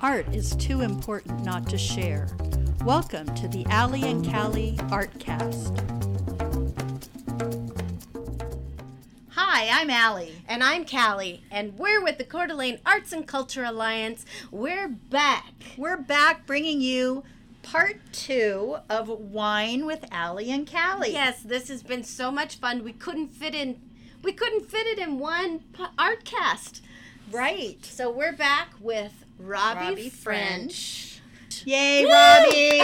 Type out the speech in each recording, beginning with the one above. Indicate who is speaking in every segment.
Speaker 1: Art is too important not to share. Welcome to the Alley and Callie Artcast.
Speaker 2: Hi, I'm Allie.
Speaker 3: And I'm Callie, and we're with the Coeur d'Alene Arts and Culture Alliance. We're back.
Speaker 2: We're back bringing you part two of Wine with Allie and Callie.
Speaker 3: Yes, this has been so much fun. We couldn't fit in, we couldn't fit it in one po- art cast.
Speaker 2: Right.
Speaker 3: So we're back with Robbie,
Speaker 2: Robbie
Speaker 3: French.
Speaker 2: Yay, Robbie!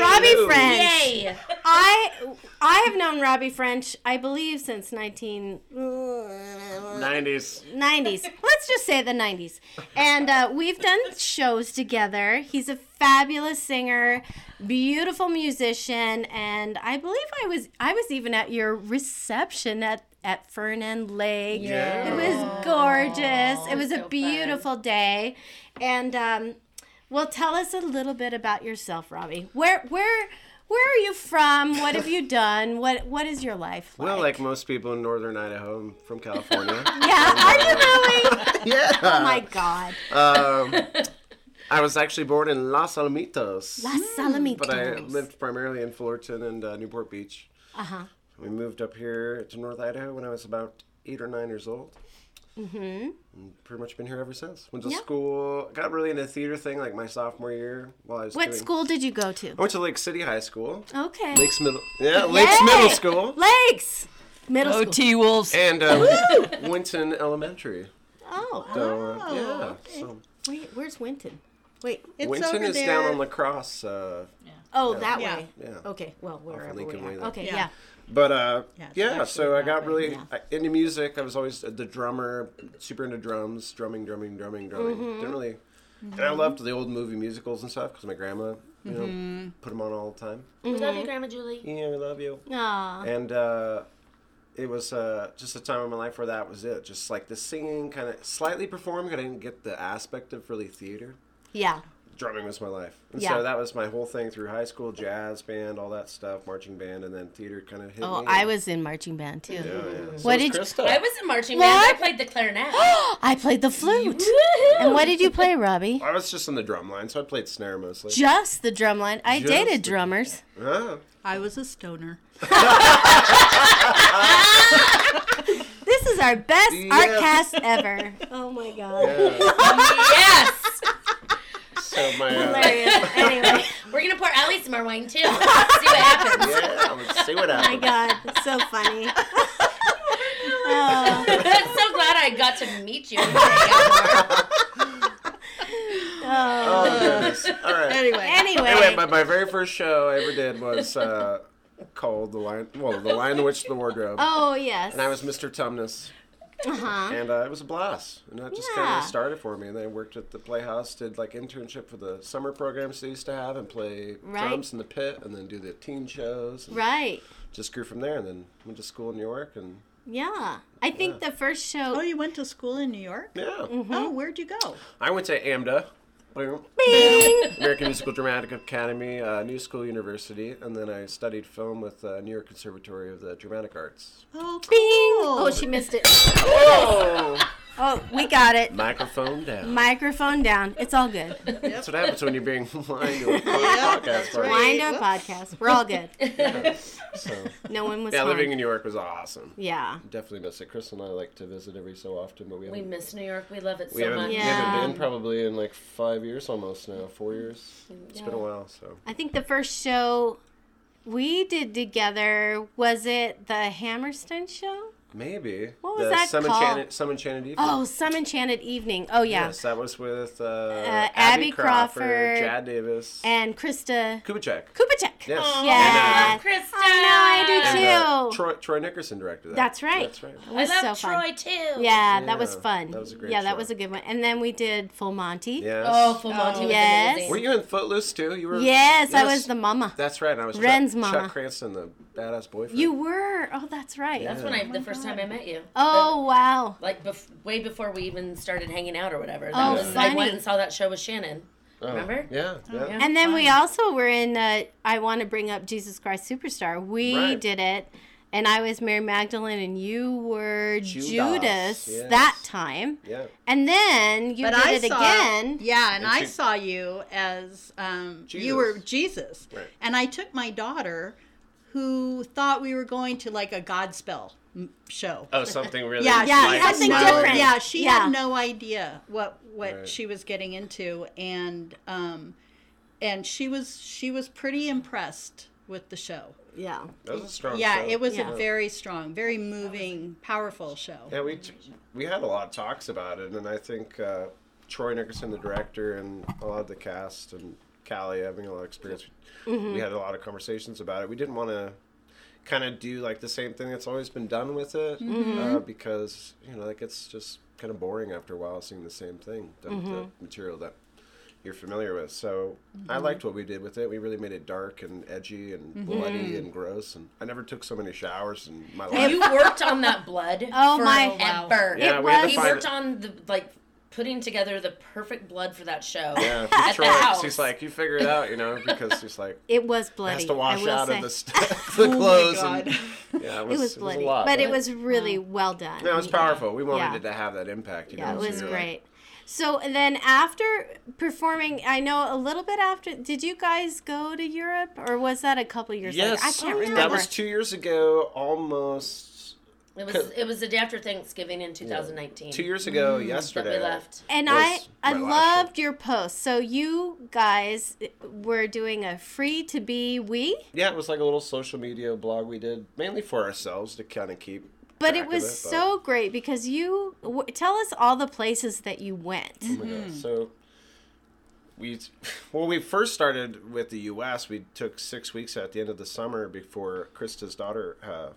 Speaker 3: Robbie French. Yay! I I have known Robbie French, I believe, since 1990s.
Speaker 4: 90s.
Speaker 3: Let's just say the 90s. And uh, we've done shows together. He's a fabulous singer, beautiful musician, and I believe I was I was even at your reception at at Fernand Lake.
Speaker 4: Yeah.
Speaker 3: It was gorgeous. It was a beautiful day. And um, well, tell us a little bit about yourself, Robbie. Where where where are you from? What have you done? What what is your life like?
Speaker 4: Well, like most people in northern Idaho, I'm from California.
Speaker 3: yeah, are you really?
Speaker 4: yeah.
Speaker 3: Oh my God,
Speaker 4: Um, I was actually born in Los Alamitos,
Speaker 3: Las Salamitas.
Speaker 4: Mm, but I lived primarily in Fullerton and uh, Newport Beach.
Speaker 3: Uh huh.
Speaker 4: We moved up here to North Idaho when I was about eight or nine years old.
Speaker 3: Mm-hmm.
Speaker 4: And pretty much been here ever since. Went to
Speaker 3: Yeah.
Speaker 4: school, got really into theater thing like my sophomore year while I was
Speaker 3: What
Speaker 4: doing-
Speaker 3: school did you go to?
Speaker 4: I went to Lake City High School.
Speaker 3: Okay.
Speaker 4: Lakes Middle, yeah, Lakes
Speaker 3: Yay!
Speaker 4: Middle School,
Speaker 3: Lakes Middle
Speaker 4: Oh,
Speaker 3: School.
Speaker 5: OT Wolves.
Speaker 4: and um, Winton Elementary.
Speaker 3: Oh,
Speaker 4: So, uh,
Speaker 2: Oh,
Speaker 4: yeah,
Speaker 2: okay.
Speaker 4: so
Speaker 3: wait, where's Winton?
Speaker 2: Wait, it's
Speaker 4: Winton
Speaker 2: over
Speaker 4: is
Speaker 2: there.
Speaker 4: down on lacrosse. Uh,
Speaker 3: Oh, that
Speaker 2: Yeah.
Speaker 3: way.
Speaker 4: yeah.
Speaker 3: Okay, well, wherever we
Speaker 4: Lincoln Way
Speaker 3: are.
Speaker 4: there.
Speaker 3: Okay,
Speaker 2: Yeah.
Speaker 3: yeah.
Speaker 4: But uh,
Speaker 2: Yeah,
Speaker 4: yeah,
Speaker 2: it's actually
Speaker 4: so I
Speaker 2: that
Speaker 4: got
Speaker 2: way,
Speaker 4: really
Speaker 2: yeah.
Speaker 4: uh into music. I was always the drummer, super into drums, drumming, drumming, drumming, drumming.
Speaker 2: Mm-hmm.
Speaker 4: Didn't really, and I loved the old movie musicals and stuff because my grandma, you
Speaker 2: Mm-hmm.
Speaker 4: know, put them on all the time.
Speaker 3: We love you,
Speaker 5: Grandma Julie.
Speaker 4: Yeah, we love you.
Speaker 3: Aw.
Speaker 4: And uh, it was uh, just a time in my life where that was it. Just like the singing, kind of slightly performing, but I didn't get the aspect of really theater.
Speaker 3: Yeah.
Speaker 4: drumming was my life. And
Speaker 3: Yeah.
Speaker 4: so that was my whole thing through high school, jazz band, all that stuff, marching band, and then theater kind of hit
Speaker 3: Oh,
Speaker 4: me. Oh,
Speaker 3: I was in marching band too.
Speaker 4: Yeah, yeah.
Speaker 3: What did you-
Speaker 4: Krista.
Speaker 5: I was in marching band.
Speaker 3: What?
Speaker 5: I played the clarinet.
Speaker 3: I played the flute. And what did you play, Robbie?
Speaker 4: I was just in the drum line, so I played snare mostly.
Speaker 3: Just the drum line. I
Speaker 4: Just
Speaker 3: dated
Speaker 4: the-
Speaker 3: drummers.
Speaker 4: Oh.
Speaker 1: I was a stoner.
Speaker 3: This is our best
Speaker 4: Yeah.
Speaker 3: art cast ever. Oh my god.
Speaker 4: Yeah.
Speaker 5: yes.
Speaker 4: so my. Uh,
Speaker 3: Hilarious. Anyway,
Speaker 5: We're gonna pour Allie some more wine too. See what happens.
Speaker 4: yeah, let's see what
Speaker 3: Oh my
Speaker 4: happens.
Speaker 3: god, it's so funny. Oh.
Speaker 5: I'm so glad I got to meet you. Allie.
Speaker 3: Oh.
Speaker 4: Oh, goodness. All right.
Speaker 2: Anyway.
Speaker 3: Anyway,
Speaker 4: Anyway, but my very first show I ever did was uh, called The Lion, well, The Lion, the Witch, the Wardrobe.
Speaker 3: oh yes.
Speaker 4: And I was Mr. Tumnus.
Speaker 3: uh-huh.
Speaker 4: and uh, it was a blast. And that just
Speaker 3: Yeah.
Speaker 4: kind of started for me. And then I worked at the Playhouse, did like internship for the summer programs they used to have, and play
Speaker 3: Right.
Speaker 4: drums in the pit, and then do the teen shows. And
Speaker 3: Right.
Speaker 4: Just grew from there, and then went to school in New York, and
Speaker 3: Yeah. I think the first show
Speaker 2: Oh, you went to school in New York?
Speaker 1: Mm-hmm.
Speaker 4: yeah,
Speaker 3: Mm-hmm.
Speaker 2: Oh, where'd you go?
Speaker 4: I went to AMDA. American Musical Dramatic Academy, uh, New School University, and then I studied film with uh, New York Conservatory of the Dramatic Arts.
Speaker 2: Oh,
Speaker 3: Bing!
Speaker 2: cool.
Speaker 3: Oh, she missed it.
Speaker 4: Oh,
Speaker 3: Oh, we got it.
Speaker 4: microphone down.
Speaker 3: Microphone down. It's all good.
Speaker 4: That's what happens when you're being blind to a
Speaker 2: that's
Speaker 4: podcast. party.
Speaker 2: right.
Speaker 3: Wind up podcast. We're all good.
Speaker 4: So,
Speaker 3: No one was
Speaker 4: yeah,
Speaker 3: harmed.
Speaker 4: living in New York was awesome.
Speaker 3: Yeah.
Speaker 4: Definitely miss it. Chris and I like to visit every so often, but we
Speaker 5: we
Speaker 4: haven't,
Speaker 5: miss New York. We love it so
Speaker 4: we, haven't,
Speaker 5: much.
Speaker 4: we
Speaker 3: Yeah.
Speaker 4: haven't been probably in like five years almost now,
Speaker 3: Mm-hmm.
Speaker 4: four years. It's been a while, so.
Speaker 3: I think the first show we did together was it the Hammerstein show?
Speaker 4: Maybe.
Speaker 3: What was
Speaker 4: the
Speaker 3: that
Speaker 4: Some
Speaker 3: called?
Speaker 4: Enchanted, Some Enchanted Evening.
Speaker 3: Oh, Some Enchanted Evening. Oh yeah.
Speaker 4: Yes, that was with uh,
Speaker 3: Abby
Speaker 4: Abby Crawford,
Speaker 3: Crawford,
Speaker 4: Chad Davis,
Speaker 3: And Krista
Speaker 4: Kubicek.
Speaker 3: Kubacek.
Speaker 4: Yes.
Speaker 5: Oh,
Speaker 3: Yeah. Oh,
Speaker 5: I love Krista.
Speaker 3: I know, I do
Speaker 4: And,
Speaker 3: too.
Speaker 4: uh, Troy, Troy Nickerson directed that.
Speaker 3: That's right.
Speaker 4: That's right.
Speaker 3: It was
Speaker 5: I
Speaker 3: so
Speaker 5: love
Speaker 3: fun.
Speaker 5: Troy too.
Speaker 3: Yeah, that was
Speaker 4: Yeah,
Speaker 3: fun.
Speaker 4: that was a great
Speaker 3: yeah, that
Speaker 4: show.
Speaker 3: was a good one. And then we did Full Monty.
Speaker 4: Yes.
Speaker 5: Oh, Full Monty was
Speaker 3: Yes.
Speaker 5: amazing.
Speaker 4: Were you in Footloose too? You were.
Speaker 3: Yes, I was the mama.
Speaker 4: That's right. And I was
Speaker 3: Ren's
Speaker 4: Chuck,
Speaker 3: mama.
Speaker 4: Chuck Cranston, the badass boyfriend.
Speaker 3: You were. Oh, that's right.
Speaker 5: That's when I the first time I met you.
Speaker 3: Oh wow.
Speaker 5: like bef- way before we even started hanging out or whatever. That
Speaker 3: Oh,
Speaker 5: was, I
Speaker 3: funny.
Speaker 5: went and saw that show with Shannon.
Speaker 4: Oh,
Speaker 5: remember?
Speaker 4: Yeah. yeah.
Speaker 5: yeah.
Speaker 3: And then we also were in. Uh, I want to bring up Jesus Christ Superstar. We
Speaker 4: Right.
Speaker 3: did it, and I was Mary Magdalene, and you were Judas,
Speaker 4: Judas, yes.
Speaker 3: that time.
Speaker 4: Yeah.
Speaker 3: And then you
Speaker 2: But
Speaker 3: did
Speaker 2: I
Speaker 3: it
Speaker 2: saw,
Speaker 3: again.
Speaker 2: Yeah, and
Speaker 4: And
Speaker 2: I
Speaker 4: she-
Speaker 2: saw you as um, you
Speaker 4: Jesus.
Speaker 2: were Jesus,
Speaker 4: Right.
Speaker 2: and I took my daughter, who thought we were going to like a Godspell m- show.
Speaker 4: Oh, something really.
Speaker 2: Yeah,
Speaker 3: Yeah,
Speaker 2: she
Speaker 4: like,
Speaker 2: had
Speaker 3: something
Speaker 2: no,
Speaker 3: different.
Speaker 2: Yeah, she
Speaker 3: Yeah.
Speaker 2: had no idea what what
Speaker 4: Right.
Speaker 2: she was getting into, and um, and she was she was pretty impressed with the show.
Speaker 3: Yeah.
Speaker 4: That was a strong.
Speaker 2: yeah,
Speaker 4: show.
Speaker 2: it was
Speaker 3: Yeah.
Speaker 2: a very strong, very moving, powerful show.
Speaker 4: Yeah, we t- we had a lot of talks about it, and I think uh, Troy Nickerson, the director, and a lot of the cast, and Callie having a lot of experience, we had a lot of conversations about it. We didn't want to kind of do like the same thing that's always been done with it, uh, because you know, like it's just kind of boring after a while seeing the same thing, the, the material that you're familiar with. So I liked what we did with it. We really made it dark and edgy and bloody and gross. And I never took so many showers in my life.
Speaker 5: You worked on that blood.
Speaker 3: Oh my-
Speaker 5: Forever.
Speaker 4: Yeah,
Speaker 3: we had to
Speaker 5: He
Speaker 4: find
Speaker 5: worked
Speaker 4: it.
Speaker 5: on the like putting together the perfect blood for that show.
Speaker 4: Yeah,
Speaker 5: at
Speaker 4: Troy,
Speaker 5: the house.
Speaker 4: he's like, you figure it out, you know, because he's like,
Speaker 3: It was
Speaker 4: it
Speaker 3: bloody.
Speaker 4: has to
Speaker 3: I
Speaker 4: wash
Speaker 3: will
Speaker 4: out
Speaker 3: say. Oh
Speaker 4: of the, st- the clothes. and- yeah, it
Speaker 3: It
Speaker 4: was,
Speaker 3: was bloody,
Speaker 4: a lot,
Speaker 3: but it was really well done.
Speaker 4: No, it was powerful. We wanted
Speaker 3: Yeah.
Speaker 4: it to have that impact. You
Speaker 3: Yeah,
Speaker 4: know,
Speaker 3: it
Speaker 4: so
Speaker 3: was
Speaker 4: you're like,
Speaker 3: great. So then after performing, I know a little bit after, did you guys go to Europe or was that a couple years
Speaker 4: yes, Oh,
Speaker 3: later? I can't remember.
Speaker 4: that was two years ago, almost.
Speaker 5: it was it was the day after Thanksgiving in 2019.
Speaker 4: Two years
Speaker 3: Mm-hmm.
Speaker 4: ago, yesterday.
Speaker 5: that we left.
Speaker 3: and
Speaker 4: was
Speaker 3: I, I
Speaker 4: my last
Speaker 3: loved your post. So you guys uh, were doing a free to be we,
Speaker 4: Yeah, it was like a little social media blog we did mainly for ourselves to kind of keep.
Speaker 3: but
Speaker 4: track
Speaker 3: it
Speaker 4: of
Speaker 3: was
Speaker 4: but-
Speaker 3: so great because you w- tell us all the places that you went.
Speaker 4: Oh my God.
Speaker 5: Mm-hmm.
Speaker 4: So we when we first started with the U.S., we took six weeks at the end of the summer before Krista's daughter uh,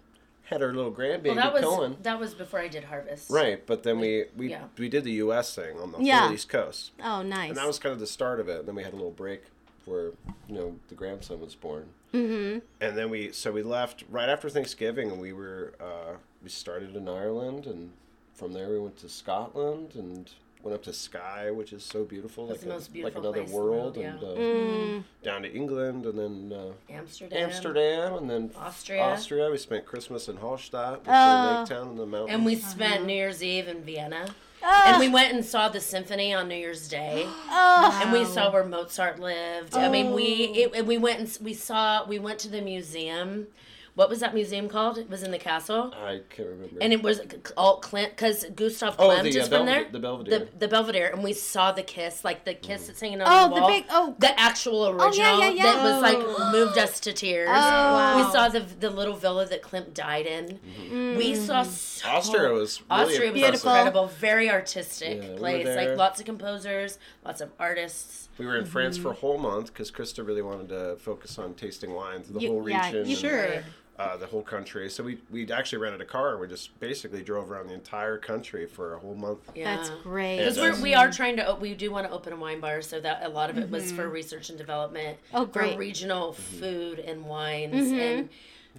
Speaker 4: had her little grandbaby
Speaker 5: Well, that was
Speaker 4: Cohen.
Speaker 5: that was before I did Harvest.
Speaker 4: Right, but then we we,
Speaker 5: yeah.
Speaker 4: we did the U.S. thing on the
Speaker 3: Yeah.
Speaker 4: whole East Coast,
Speaker 3: Oh, nice.
Speaker 4: and that was kind of the start of it. And then we had a little break where you know the grandson was born, mm-hmm. and then we so we left right after Thanksgiving, and we were uh, we started in Ireland, and from there we went to Scotland and went up to Skye, which is so beautiful,
Speaker 5: That's
Speaker 4: like
Speaker 5: the
Speaker 4: a-
Speaker 5: most beautiful
Speaker 4: like another
Speaker 5: place in the world,
Speaker 4: world, and
Speaker 5: yeah.
Speaker 4: uh,
Speaker 5: Mm.
Speaker 4: down to England, and then. Uh,
Speaker 5: Amsterdam.
Speaker 4: Amsterdam and then
Speaker 5: Austria.
Speaker 4: Austria. We spent Christmas in Hallstatt, which
Speaker 3: Oh.
Speaker 4: is a lake town in the mountains.
Speaker 5: Ah. And we spent New Year's Eve in Vienna.
Speaker 3: Ah.
Speaker 5: And we went and saw the symphony on New Year's Day.
Speaker 3: oh,
Speaker 5: and we saw where Mozart lived. I mean, we it, and we went and s- we saw we went to the museum. What was that museum called? It was in the castle,
Speaker 4: I can't remember.
Speaker 5: and it was all Clint because Gustav
Speaker 4: Oh,
Speaker 5: Klimt
Speaker 4: the, uh,
Speaker 5: is from
Speaker 4: Belvede-
Speaker 5: there.
Speaker 4: the Belvedere. Mm.
Speaker 5: The, the Belvedere, and we saw the kiss, like the kiss that's hanging on
Speaker 3: Oh,
Speaker 5: the
Speaker 3: the
Speaker 5: wall.
Speaker 3: big- oh.
Speaker 5: the actual original
Speaker 3: yeah, yeah.
Speaker 5: that was like moved us to tears.
Speaker 3: Oh.
Speaker 5: We saw the the little villa that Klimt died in.
Speaker 3: Mm-hmm.
Speaker 5: We saw
Speaker 3: Mm.
Speaker 5: so
Speaker 4: Austria was really
Speaker 5: Oh. Austria was
Speaker 4: impressive.
Speaker 5: incredible, very artistic
Speaker 4: Yeah, we were
Speaker 5: place.
Speaker 4: there.
Speaker 5: like lots of composers, lots of artists.
Speaker 4: We were in France
Speaker 3: Mm-hmm.
Speaker 4: for a whole month because Krista really wanted to focus on tasting wine through the
Speaker 5: You-
Speaker 4: whole
Speaker 3: yeah,
Speaker 4: region,
Speaker 3: you
Speaker 4: and,
Speaker 2: Sure.
Speaker 4: uh, the whole country. So we we actually rented a car. and We just basically drove around the entire country for a whole month.
Speaker 3: that's great.
Speaker 4: Yes.
Speaker 5: Because we're, we are trying to, op- we do want to open a wine bar, so that a lot of it was for research and development.
Speaker 3: Oh, great.
Speaker 5: For regional food and wines, and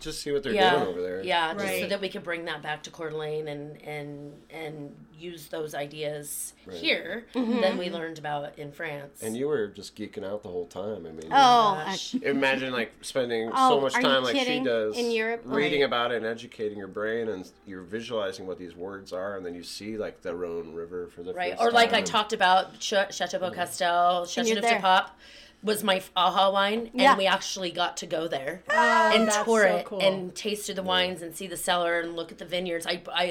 Speaker 4: Just see what they're
Speaker 5: yeah,
Speaker 4: Mm-hmm. doing over there.
Speaker 5: yeah, just so
Speaker 2: Right.
Speaker 5: that we could bring that back to Coeur d'Alene and and and use those ideas here that we learned about in France.
Speaker 4: And you were just geeking out the whole time. I mean,
Speaker 3: Oh,
Speaker 5: Gosh.
Speaker 4: imagine like spending
Speaker 3: Oh,
Speaker 4: so much
Speaker 3: are you
Speaker 4: time like she
Speaker 3: kidding?
Speaker 4: does
Speaker 3: In Europe? Oh,
Speaker 4: reading
Speaker 3: Right.
Speaker 4: about it and educating your brain, and you're visualizing what these words are, and then you see like the Rhone River for the
Speaker 5: Right.
Speaker 4: first
Speaker 5: Or like
Speaker 4: time.
Speaker 5: I talked about Ch- Chateau Beau Castel, Chateau
Speaker 3: you're
Speaker 5: de
Speaker 3: there.
Speaker 5: Pop was my f- aha wine,
Speaker 3: Yeah.
Speaker 5: and we actually got to go there and
Speaker 2: that's
Speaker 5: tour
Speaker 2: so
Speaker 5: it
Speaker 2: cool.
Speaker 5: and tasted the wines and see the cellar and look at the vineyards. I, I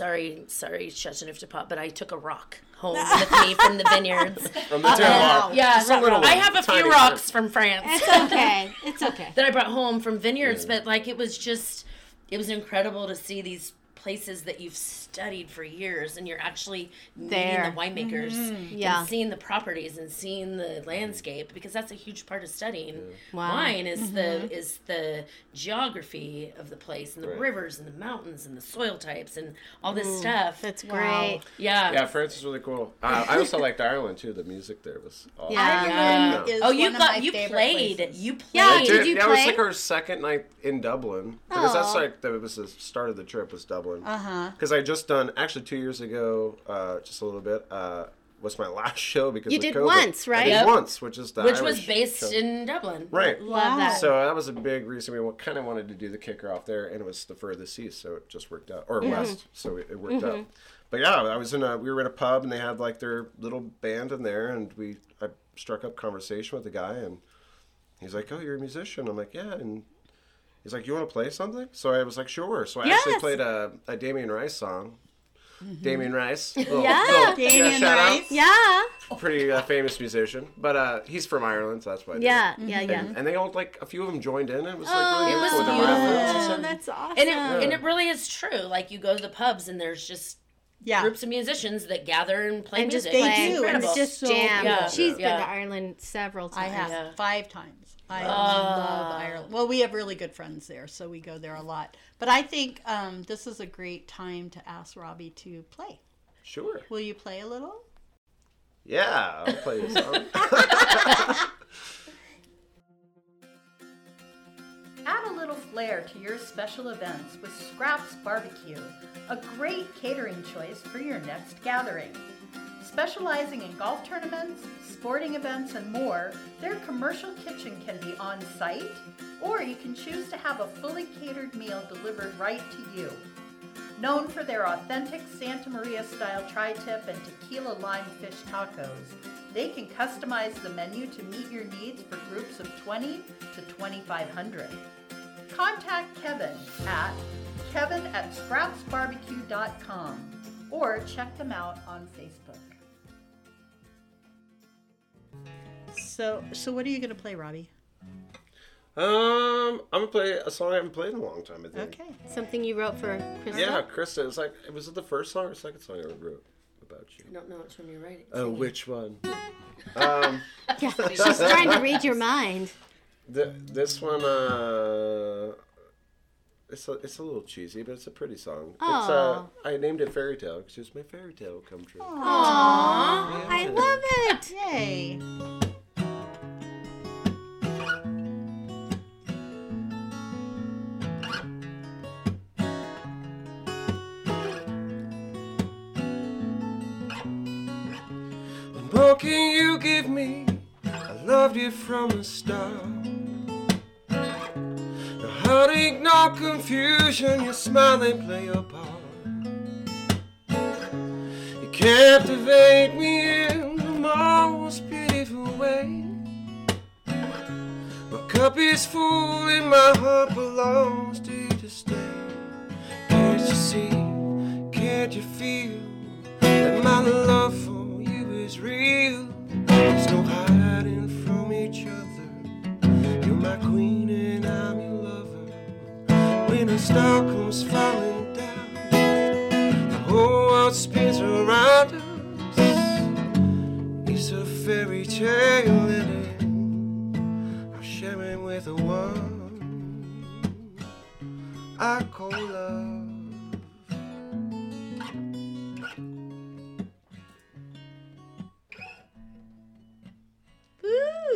Speaker 5: sorry, sorry, Chateau de Pop, but I took a rock home with me from the vineyards.
Speaker 4: from the terroir.
Speaker 5: Yeah,
Speaker 4: a little
Speaker 5: I
Speaker 4: one,
Speaker 5: have a
Speaker 4: tiny
Speaker 5: few
Speaker 4: one.
Speaker 5: rocks from France
Speaker 3: It's okay. It's okay.
Speaker 5: that I brought home from vineyards, but like it was just, it was incredible to see these places that you've studied for years and you're actually
Speaker 3: There. Mm-hmm.
Speaker 5: meeting the winemakers
Speaker 3: Yeah.
Speaker 5: and seeing the properties and seeing the landscape because that's a huge part of studying
Speaker 3: Wow. Mm-hmm.
Speaker 5: wine is the is the geography of the place and the
Speaker 4: Right.
Speaker 5: rivers and the mountains and the soil types and all this stuff.
Speaker 3: That's great.
Speaker 5: yeah.
Speaker 4: Yeah, France is really cool. Uh, I also liked Ireland too. The music there was awesome.
Speaker 3: Yeah.
Speaker 2: Ireland
Speaker 4: Yeah.
Speaker 2: is
Speaker 5: Oh, you
Speaker 2: one of my
Speaker 5: got you
Speaker 2: favorite
Speaker 5: played.
Speaker 2: places.
Speaker 5: You
Speaker 3: Yeah,
Speaker 5: played.
Speaker 3: Did you
Speaker 4: that was
Speaker 3: play?
Speaker 4: like our second night in Dublin
Speaker 3: Aw. Uh-huh.
Speaker 4: because that's like that was the start of the trip was Dublin. Uh huh. Because I had just done actually two years ago, uh, just a little bit. Uh, was my last show because
Speaker 3: You
Speaker 4: of
Speaker 3: did
Speaker 4: COVID.
Speaker 3: once, right?
Speaker 4: I did
Speaker 5: Yep.
Speaker 4: once, which is the
Speaker 5: which
Speaker 4: Irish
Speaker 5: was based
Speaker 4: show.
Speaker 5: in Dublin.
Speaker 4: right.
Speaker 3: Love that.
Speaker 4: So that was a big reason we kind of wanted to do the kicker off there, and it was the furthest east, so it just worked out, or
Speaker 3: Mm-hmm.
Speaker 4: west, so it, it worked out. But yeah, I was in a we were in a pub, and they had like their little band in there, and we I struck up conversation with the guy, and he's like, "Oh, you're a musician." I'm like, "Yeah," and he's like, "You want to play something?" So I was like, "Sure." So I actually
Speaker 3: Yes. Mm-hmm.
Speaker 4: played a, a Damien Rice song. Damien Rice, little,
Speaker 3: Yeah.
Speaker 4: little-
Speaker 1: Damien
Speaker 4: shout out.
Speaker 1: Rice.
Speaker 3: yeah.
Speaker 4: pretty uh, famous musician, but uh, he's from Ireland, so that's why. I did it.
Speaker 3: Yeah. Yeah. Yeah.
Speaker 4: And, and they all like a few of them joined in. And it was like
Speaker 3: Oh,
Speaker 4: really
Speaker 3: it was
Speaker 4: cool. They're
Speaker 5: beautiful.
Speaker 4: laughing.
Speaker 5: Yeah.
Speaker 3: Oh, that's awesome.
Speaker 5: And it and it really is true. Like you go to the pubs and there's just
Speaker 1: Yeah.
Speaker 5: groups of musicians that gather and play
Speaker 3: and just
Speaker 5: music.
Speaker 3: play
Speaker 5: It's
Speaker 1: do, and
Speaker 5: incredible.
Speaker 1: it's
Speaker 3: just
Speaker 1: so
Speaker 3: jam.
Speaker 5: cool.
Speaker 3: She's
Speaker 5: Yeah.
Speaker 3: been to Ireland several
Speaker 1: I
Speaker 3: times.
Speaker 1: have
Speaker 5: Yeah.
Speaker 1: five times. I love Ireland. Well, we have really good friends there, so we go there a lot. But I think um, this is a great time to ask Robbie to play.
Speaker 4: Sure.
Speaker 1: Will you play a little?
Speaker 4: Yeah, I'll play you a song.
Speaker 1: Add a little flair to your special events with Scraps Barbecue, a great catering choice for your next gathering. Specializing in golf tournaments, sporting events, and more, their commercial kitchen can be on site, or you can choose to have a fully catered meal delivered right to you. Known for their authentic Santa Maria style tri tip and tequila lime fish tacos, they can customize the menu to meet your needs for groups of 20 to 2,500. Contact Kevin at kevin at scrapsbarbecue.com or check them out on Facebook. So, so what are you going to play, Robbie?
Speaker 4: um, I'm gonna play a song I haven't played in a long time. I think.
Speaker 1: Okay.
Speaker 3: something you wrote for Crystal.
Speaker 4: Yeah, Krista. It's like, was it the first song or second song I ever wrote about you?
Speaker 5: I don't know which one you're writing.
Speaker 4: Oh, which one?
Speaker 3: Yeah, she's trying to read your mind.
Speaker 4: Th this one. Uh, it's a, it's a little cheesy, but it's a pretty song. It's uh,
Speaker 3: Aw.
Speaker 4: I named it Fairy Tale because it's my fairy tale come true.
Speaker 3: Aww, I love it.
Speaker 1: Yay.
Speaker 4: What can you give me? I loved you from the start. No heartache, no confusion, your smile they play your part. You captivate me in the most beautiful way. My cup is full and my heart belongs to you to stay. Can't you see? Can't you feel that my love for you is real? There's no hiding from each other. You're my queen and I'm your lover. When the star comes falling down, the whole world spins around us. It's a fairy tale and I'll share it with the one. I call love.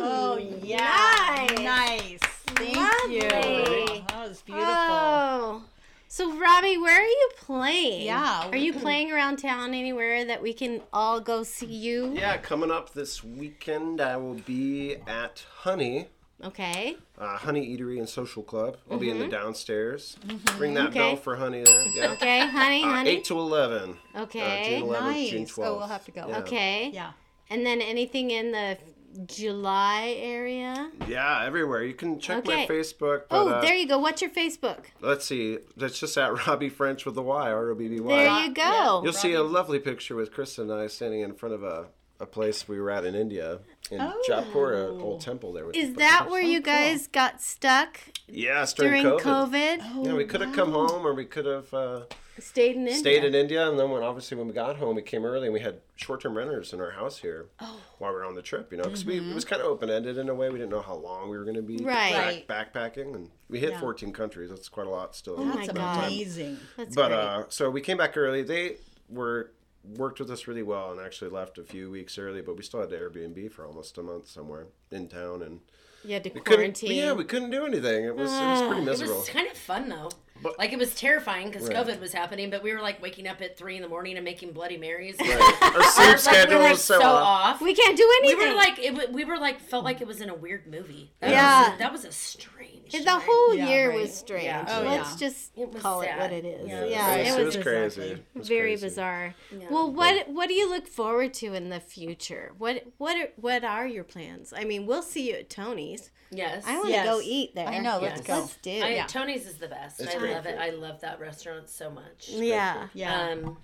Speaker 1: Oh, yeah.
Speaker 3: Nice.
Speaker 1: Nice. Thank
Speaker 3: Lovely.
Speaker 1: you. That was beautiful.
Speaker 3: Oh. So Robbie, where are you playing?
Speaker 1: Yeah.
Speaker 3: Are you playing around town anywhere that we can all go see you?
Speaker 4: Yeah, coming up this weekend, I will be at Honey,
Speaker 3: Okay.
Speaker 4: uh, Honey Eatery and Social Club. I'll be in the downstairs. Ring that bell
Speaker 3: Mm-hmm. Okay.
Speaker 4: for Honey there. Yeah.
Speaker 3: Okay, honey,
Speaker 4: Uh,
Speaker 3: honey.
Speaker 4: 8 to 11. Uh,
Speaker 3: Okay.
Speaker 4: June 11th, June
Speaker 1: Nice.
Speaker 4: 12th.
Speaker 1: Oh, we'll have to go.
Speaker 4: Yeah.
Speaker 3: Okay.
Speaker 1: Yeah.
Speaker 3: And then anything in the July area?
Speaker 4: Yeah, everywhere. You can check
Speaker 3: Okay.
Speaker 4: my Facebook. But,
Speaker 3: Oh,
Speaker 4: uh,
Speaker 3: there you go. What's your Facebook?
Speaker 4: Let's see. That's just at Robbie French with the Y, R O B B Y.
Speaker 3: There you go.
Speaker 4: You'll see a lovely picture with Krista and I standing in front of a, a place we were at in India in Jaipur, a old temple there. with-
Speaker 3: Oh. Is that where you guys got stuck
Speaker 4: Yes, during,
Speaker 3: during COVID?
Speaker 4: Yeah, we could have come home or we could have uh,
Speaker 3: Stayed in India.
Speaker 4: stayed in India. And then when obviously when we got home, we came early and we had short term renters in our house here while we were on the trip, you know, because we it was kind of open ended in a way. We didn't know how long we were going to be
Speaker 3: Right.
Speaker 4: back, backpacking. And we hit 14 countries. That's quite a lot still. Oh
Speaker 3: my
Speaker 1: That's
Speaker 3: God.
Speaker 1: amazing.
Speaker 3: That's
Speaker 4: but
Speaker 3: great.
Speaker 4: uh, so we came back early. They were worked with us really well and actually left a few weeks early, but we still had to Airbnb for almost a month somewhere in town and
Speaker 3: you had to
Speaker 4: couldn't-
Speaker 3: quarantine.
Speaker 4: Yeah, we couldn't do anything. It was it was pretty
Speaker 5: It
Speaker 4: miserable.
Speaker 5: was kind of fun though.
Speaker 4: But-
Speaker 5: like it was terrifying because
Speaker 4: Right.
Speaker 5: COVID was happening, but we were like waking up at three in the morning and making Bloody Marys.
Speaker 4: Right. Our
Speaker 5: Our,
Speaker 4: sleep
Speaker 5: like, we
Speaker 4: schedule
Speaker 5: were, like,
Speaker 4: was so off.
Speaker 3: We can't do
Speaker 5: We
Speaker 3: anything.
Speaker 5: were like, it, wa- we were like, felt like it was in a weird movie. That
Speaker 3: Yeah.
Speaker 5: was, that was a strange.
Speaker 3: the
Speaker 5: time.
Speaker 3: whole
Speaker 2: Yeah,
Speaker 3: year
Speaker 2: right.
Speaker 3: was strange.
Speaker 5: Yeah.
Speaker 4: Oh,
Speaker 3: Let's
Speaker 2: yeah.
Speaker 3: just
Speaker 5: It was
Speaker 3: call
Speaker 5: sad.
Speaker 3: it what it is.
Speaker 5: Yeah,
Speaker 3: Yeah,
Speaker 5: it
Speaker 4: it was,
Speaker 3: it was,
Speaker 4: crazy.
Speaker 2: exactly.
Speaker 4: It was
Speaker 3: very
Speaker 4: crazy.
Speaker 3: bizarre.
Speaker 5: Yeah.
Speaker 3: Well, what what do you look forward to in the future? What what are, what are your plans? I mean, we'll see you at Tony's.
Speaker 5: Yes.
Speaker 3: I want to
Speaker 2: Yes.
Speaker 3: go eat there.
Speaker 2: I know, let's
Speaker 5: Yes.
Speaker 2: go.
Speaker 3: Let's do.
Speaker 5: I-
Speaker 3: it.
Speaker 5: Tony's is the best.
Speaker 4: It's
Speaker 5: I
Speaker 4: great
Speaker 5: love it.
Speaker 4: food.
Speaker 5: I love that restaurant so much.
Speaker 3: yeah.
Speaker 2: Yeah.
Speaker 5: Um,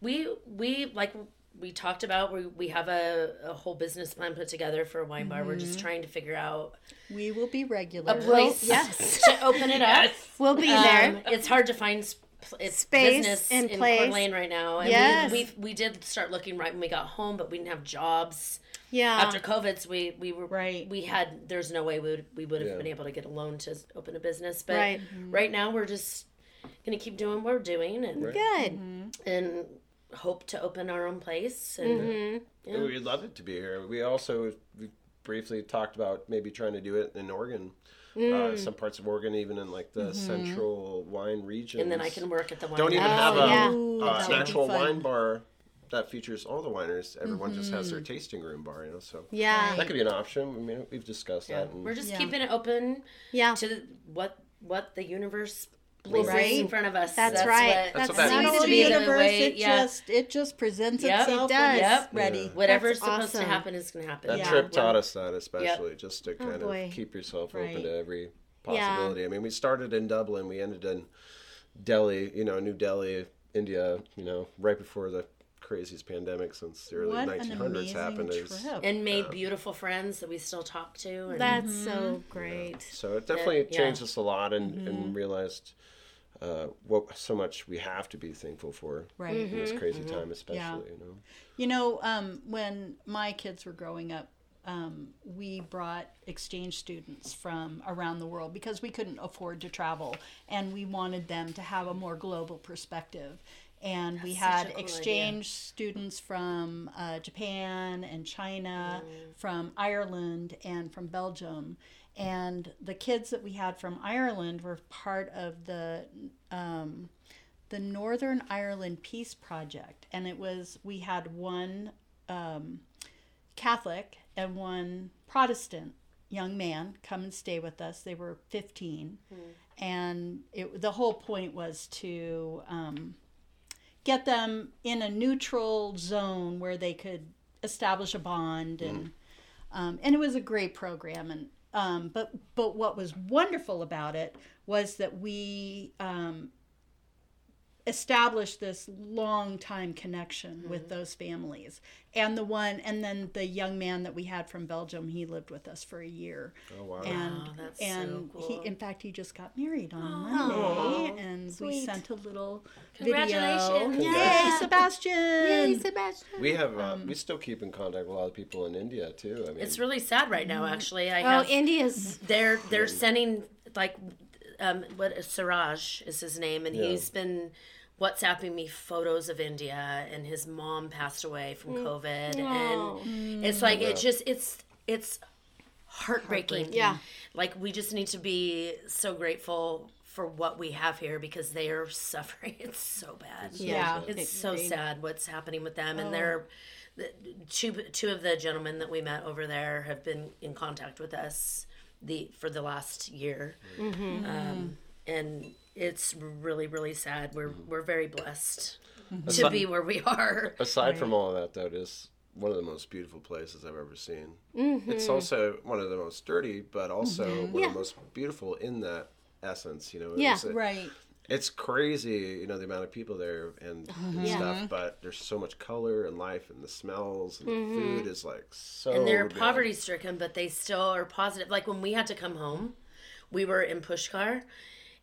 Speaker 5: we we like we talked about we we have a, a whole business plan put together for a wine bar. We're just trying to figure out
Speaker 2: we will be regular.
Speaker 5: place
Speaker 3: yes.
Speaker 5: to open it up.
Speaker 3: We'll be
Speaker 5: Um,
Speaker 3: there.
Speaker 5: it's hard to find sp- it's
Speaker 3: Space
Speaker 5: business
Speaker 3: and
Speaker 5: in
Speaker 3: place.
Speaker 5: Coeur d'Alene right now. And
Speaker 3: Yes.
Speaker 5: we, we we did start looking right when we got home, but we didn't have jobs.
Speaker 3: Yeah.
Speaker 5: After COVID, so we we were
Speaker 2: Right.
Speaker 5: We had there's no way we would we would have
Speaker 4: Yeah.
Speaker 5: been able to get a loan to s- open a business, but
Speaker 3: Right.
Speaker 5: right, now we're just gonna keep doing what we're doing and
Speaker 3: Good.
Speaker 5: and hope to open our own place and
Speaker 2: Mm-hmm.
Speaker 5: Yeah.
Speaker 4: We'd love it to be here. We also we briefly talked about maybe trying to do it in Oregon, uh, some parts of Oregon, even in like the central wine region.
Speaker 5: and then I can work at the wine.
Speaker 4: Don't even
Speaker 5: bar.
Speaker 4: have
Speaker 3: Oh,
Speaker 4: a,
Speaker 3: yeah.
Speaker 4: uh,
Speaker 2: that
Speaker 4: an
Speaker 2: would be
Speaker 4: actual
Speaker 2: fun.
Speaker 4: wine bar that features all the wineries. Everyone just has their tasting room bar, you know. So
Speaker 3: Yeah.
Speaker 4: that could be an option. I mean, we've discussed that. And,
Speaker 5: We're just
Speaker 2: Yeah.
Speaker 5: keeping it open
Speaker 3: Yeah.
Speaker 5: to the- what what the universe places
Speaker 3: Right.
Speaker 5: in front of us.
Speaker 3: That's right.
Speaker 4: That's
Speaker 3: That's
Speaker 4: what that
Speaker 2: Not
Speaker 4: Seems
Speaker 3: needs
Speaker 4: is.
Speaker 2: only
Speaker 3: to
Speaker 5: to
Speaker 3: be
Speaker 5: be
Speaker 3: the
Speaker 5: the
Speaker 2: universe,
Speaker 5: way-
Speaker 2: it
Speaker 5: yeah.
Speaker 2: just it just presents
Speaker 5: Yep. It
Speaker 2: itself
Speaker 3: does.
Speaker 2: when it's
Speaker 5: Yep.
Speaker 2: ready.
Speaker 3: That's
Speaker 5: Whatever's supposed
Speaker 3: awesome.
Speaker 5: to happen is going to happen.
Speaker 4: that
Speaker 2: Yeah. Oh,
Speaker 4: trip taught us that, especially just to kind
Speaker 3: boy.
Speaker 4: of keep yourself
Speaker 2: Right.
Speaker 4: open to every
Speaker 3: Yeah.
Speaker 4: possibility. I mean, we started in Dublin, we ended in Delhi, you know, New Delhi, India, you know, right before the craziest pandemic since the early
Speaker 2: What an
Speaker 4: 1900s
Speaker 2: amazing
Speaker 4: happened. It was-
Speaker 2: trip.
Speaker 5: And made beautiful friends that we still talk to. And
Speaker 3: That's so
Speaker 6: Mm-hmm.
Speaker 3: great.
Speaker 4: So it definitely
Speaker 5: yeah.
Speaker 4: changed us a lot and,
Speaker 2: Mm-hmm.
Speaker 4: and realized uh, what so much we have to be thankful for
Speaker 2: Right.
Speaker 4: in
Speaker 5: Mm-hmm.
Speaker 4: this crazy time, especially, you know.
Speaker 2: You know, um, when my kids were growing up, um, we brought exchange students from around the world because we couldn't afford to travel, and we wanted them to have a more global perspective. And we
Speaker 5: such
Speaker 2: had
Speaker 5: a cool
Speaker 2: exchange students from uh, Japan and China,
Speaker 5: Mm.
Speaker 2: from Ireland, and from Belgium. And the kids that we had from Ireland were part of the the Northern Ireland Peace Project, and it was we had one um, Catholic and one Protestant young man come and stay with us. They were fifteen, and it, the whole point was to um, get them in a neutral zone where they could establish a bond
Speaker 4: Mm.
Speaker 2: and um, and it was a great program and um, but but what was wonderful about it was that we um, established this long time connection
Speaker 4: Mm-hmm.
Speaker 2: with those families and the one and then the young man that we had from Belgium he lived with us for a year
Speaker 4: Oh, wow.
Speaker 2: and
Speaker 5: Wow, that's so
Speaker 2: and
Speaker 5: cool.
Speaker 2: he in fact he just got married on Monday and we
Speaker 3: Sweet.
Speaker 2: sent a little
Speaker 5: Congratulations.
Speaker 2: video.
Speaker 3: Yeah.
Speaker 2: Yay, Sebastian!
Speaker 4: We have, uh,
Speaker 2: Um,
Speaker 4: we still keep in contact with a lot of people in India, too. I mean,
Speaker 5: it's really sad right now,
Speaker 2: Mm-hmm.
Speaker 5: actually. I
Speaker 3: Oh,
Speaker 5: have,
Speaker 3: India's.
Speaker 5: they're they're sending like um what Siraj is his name and he's been WhatsApping me photos of India and his mom passed away from COVID and it's like it just it's it's heartbreaking.
Speaker 3: Yeah.
Speaker 5: Like we just need to be so grateful for what we have here because they are suffering it's so bad.
Speaker 3: Yeah.
Speaker 5: It's so sad what's happening with them, and they're the- two two of the gentlemen that we met over there have been in contact with us the for the last year, um, and it's really really sad. We're
Speaker 4: Mm-hmm.
Speaker 5: we're very blessed to be where we are.
Speaker 4: aside from all of that though it is one of the most beautiful places i've ever seen
Speaker 3: Mm-hmm.
Speaker 4: it's also one of the most dirty but also one of the most beautiful in that essence you know
Speaker 3: Yeah,
Speaker 4: it's,
Speaker 2: Right.
Speaker 4: it's crazy you know the amount of people there and,
Speaker 3: Uh-huh.
Speaker 4: and stuff but there's so much color and life and the smells and
Speaker 3: Mm-hmm.
Speaker 4: the food is like so
Speaker 5: And they're
Speaker 4: good.
Speaker 5: poverty stricken, but they still are positive. Like when we had to come home, we were in Pushkar,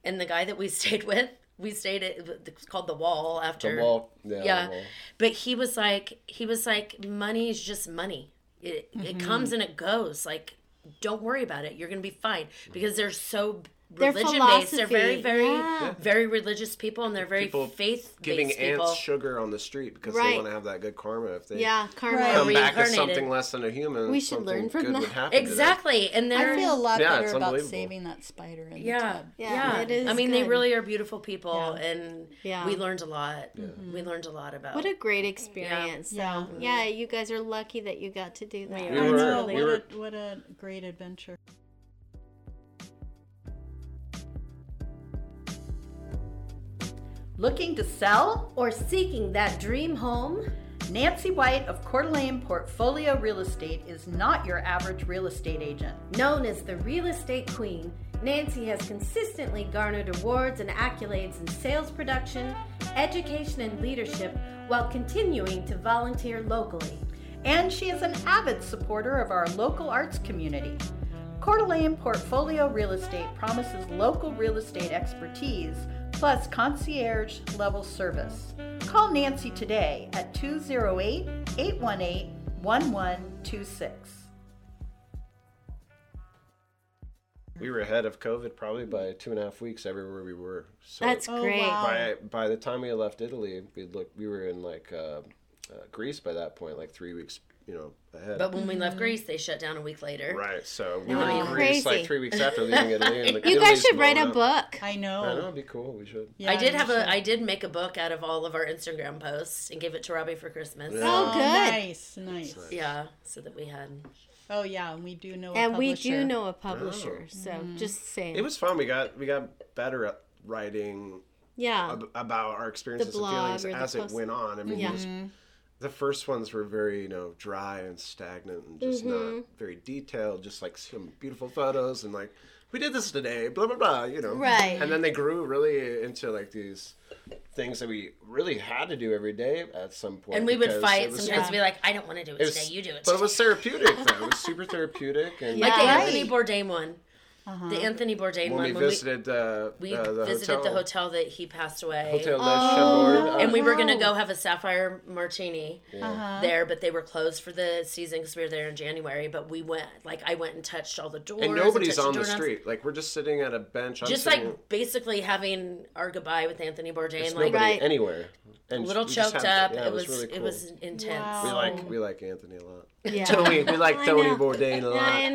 Speaker 5: and the guy that we stayed with, we stayed at it's called the Wall after
Speaker 4: the wall yeah,
Speaker 5: yeah
Speaker 4: The wall.
Speaker 5: but he was like he was like money is just money
Speaker 4: Mm-hmm.
Speaker 5: it, it comes and it goes like don't worry about it you're gonna be fine because they're so
Speaker 3: Their
Speaker 5: religion based. They're
Speaker 3: philosophy,
Speaker 5: very, very,
Speaker 3: yeah.
Speaker 5: very religious people, and they're very
Speaker 4: People
Speaker 5: faith
Speaker 4: Giving
Speaker 5: based people.
Speaker 4: ants sugar on the street because
Speaker 3: Right.
Speaker 4: they want to have that good karma. If they
Speaker 3: Yeah, karma.
Speaker 2: Right.
Speaker 4: come back as
Speaker 5: Reincarnated.
Speaker 4: something less than a human,
Speaker 3: We should
Speaker 4: something
Speaker 3: learn from
Speaker 4: good
Speaker 3: that.
Speaker 4: Would happen to them.
Speaker 5: exactly, and they're
Speaker 2: I feel a lot
Speaker 4: Yeah,
Speaker 2: better
Speaker 4: it's
Speaker 2: about
Speaker 4: unbelievable.
Speaker 2: saving that spider in the
Speaker 5: yeah,
Speaker 2: tub.
Speaker 5: yeah.
Speaker 3: it is
Speaker 5: I mean, they
Speaker 3: good.
Speaker 5: really are beautiful people, and
Speaker 3: Yeah. Mm-hmm.
Speaker 5: we learned a lot. We learned a lot about
Speaker 3: What a great experience.
Speaker 2: Yeah.
Speaker 3: So, yeah, you guys are lucky that you got to do that.
Speaker 5: We
Speaker 4: We
Speaker 5: Yeah,
Speaker 2: I
Speaker 4: were,
Speaker 2: know.
Speaker 4: we
Speaker 2: what,
Speaker 4: were
Speaker 2: a, what a great adventure. Looking to sell?
Speaker 6: or seeking that dream home?
Speaker 2: Nancy White of Coeur d'Alene Portfolio Real Estate is not your average real estate agent.
Speaker 6: Known as the real estate queen, Nancy has consistently garnered awards and accolades in sales production, education, and leadership while continuing to volunteer locally.
Speaker 2: and she is an avid supporter of our local arts community. Coeur d'Alene Portfolio Real Estate promises local real estate expertise plus concierge level service. Call Nancy today at 208 818 1126.
Speaker 4: we were ahead of COVID probably by two and a half weeks everywhere we were. So
Speaker 3: That's
Speaker 2: Oh,
Speaker 3: great.
Speaker 2: wow.
Speaker 4: by by the time we left Italy, we looked we were in like uh, uh, Greece by that point, like three weeks, you know, ahead.
Speaker 5: But when we left Greece, they shut down a week later.
Speaker 4: right, so we were in
Speaker 3: Wow.
Speaker 4: Greece
Speaker 3: Crazy.
Speaker 4: like three weeks after leaving Italy. And the
Speaker 3: You guys
Speaker 4: Italy's
Speaker 3: should write a
Speaker 4: blown up.
Speaker 3: book.
Speaker 2: I
Speaker 4: I know,
Speaker 2: know.
Speaker 4: it'd be cool. We should.
Speaker 2: Yeah,
Speaker 5: I did
Speaker 2: we
Speaker 5: have a
Speaker 2: should.
Speaker 5: I did make a book out of all of our Instagram posts and gave it to Robbie for Christmas.
Speaker 4: Yeah.
Speaker 3: Oh,
Speaker 2: Oh,
Speaker 3: good.
Speaker 2: Nice, nice.
Speaker 5: Yeah, so that we had
Speaker 2: Oh, yeah, and we do know.
Speaker 3: and
Speaker 2: a
Speaker 3: we do
Speaker 2: publisher.
Speaker 3: know a publisher, so
Speaker 6: Mm-hmm.
Speaker 3: just saying.
Speaker 4: Oh. It was fun. We got we got better at writing
Speaker 3: yeah.
Speaker 4: ab- about our experiences and
Speaker 3: blog
Speaker 4: feelings
Speaker 3: or the
Speaker 4: as it
Speaker 3: post-
Speaker 4: went on. I mean, it
Speaker 3: Yeah.
Speaker 4: was- the first ones were very, you know, dry and stagnant and just
Speaker 3: Mm-hmm.
Speaker 4: not very detailed. Just like some beautiful photos and like we did this today, blah blah blah. You know,
Speaker 3: Right.
Speaker 4: And then they grew really into like these things that we really had to do every day at some point.
Speaker 5: and we would
Speaker 4: because it
Speaker 5: fight
Speaker 4: was
Speaker 5: sometimes
Speaker 4: so-
Speaker 5: be like, I don't want to do it,
Speaker 4: it was-
Speaker 5: today, you do it
Speaker 4: But it
Speaker 5: today.
Speaker 4: was therapeutic though. It was super therapeutic and
Speaker 3: Yeah.
Speaker 5: Like the
Speaker 3: Right.
Speaker 5: Anthony Bourdain one. The Anthony Bourdain
Speaker 4: when
Speaker 5: one
Speaker 4: we
Speaker 5: when
Speaker 4: visited uh,
Speaker 5: we, we
Speaker 4: uh, the
Speaker 5: visited
Speaker 4: hotel,
Speaker 5: the hotel that he passed away.
Speaker 4: Hotel Les
Speaker 3: Oh.
Speaker 4: Chambord, uh,
Speaker 5: and we were gonna go have a sapphire martini there, but they were closed for the season because we were there in January. But we went, like, I went and touched all the doors.
Speaker 4: and nobody's
Speaker 5: touched
Speaker 4: on the
Speaker 5: doorknobs.
Speaker 4: street. Like we're just sitting at a bench. I'm
Speaker 5: Just
Speaker 4: sitting-
Speaker 5: like basically having our goodbye with Anthony Bourdain,
Speaker 4: It's
Speaker 5: like
Speaker 4: nobody
Speaker 3: Right.
Speaker 4: anywhere. And
Speaker 5: a little
Speaker 4: we just
Speaker 5: choked
Speaker 4: had-
Speaker 5: up.
Speaker 4: yeah,
Speaker 5: it was it
Speaker 4: cool.
Speaker 5: was intense.
Speaker 4: We
Speaker 2: Wow.
Speaker 4: like we like Anthony a lot.
Speaker 3: Yeah.
Speaker 4: Tony, we like
Speaker 3: I
Speaker 4: Tony
Speaker 3: know.
Speaker 4: Bourdain a
Speaker 3: I
Speaker 4: lot.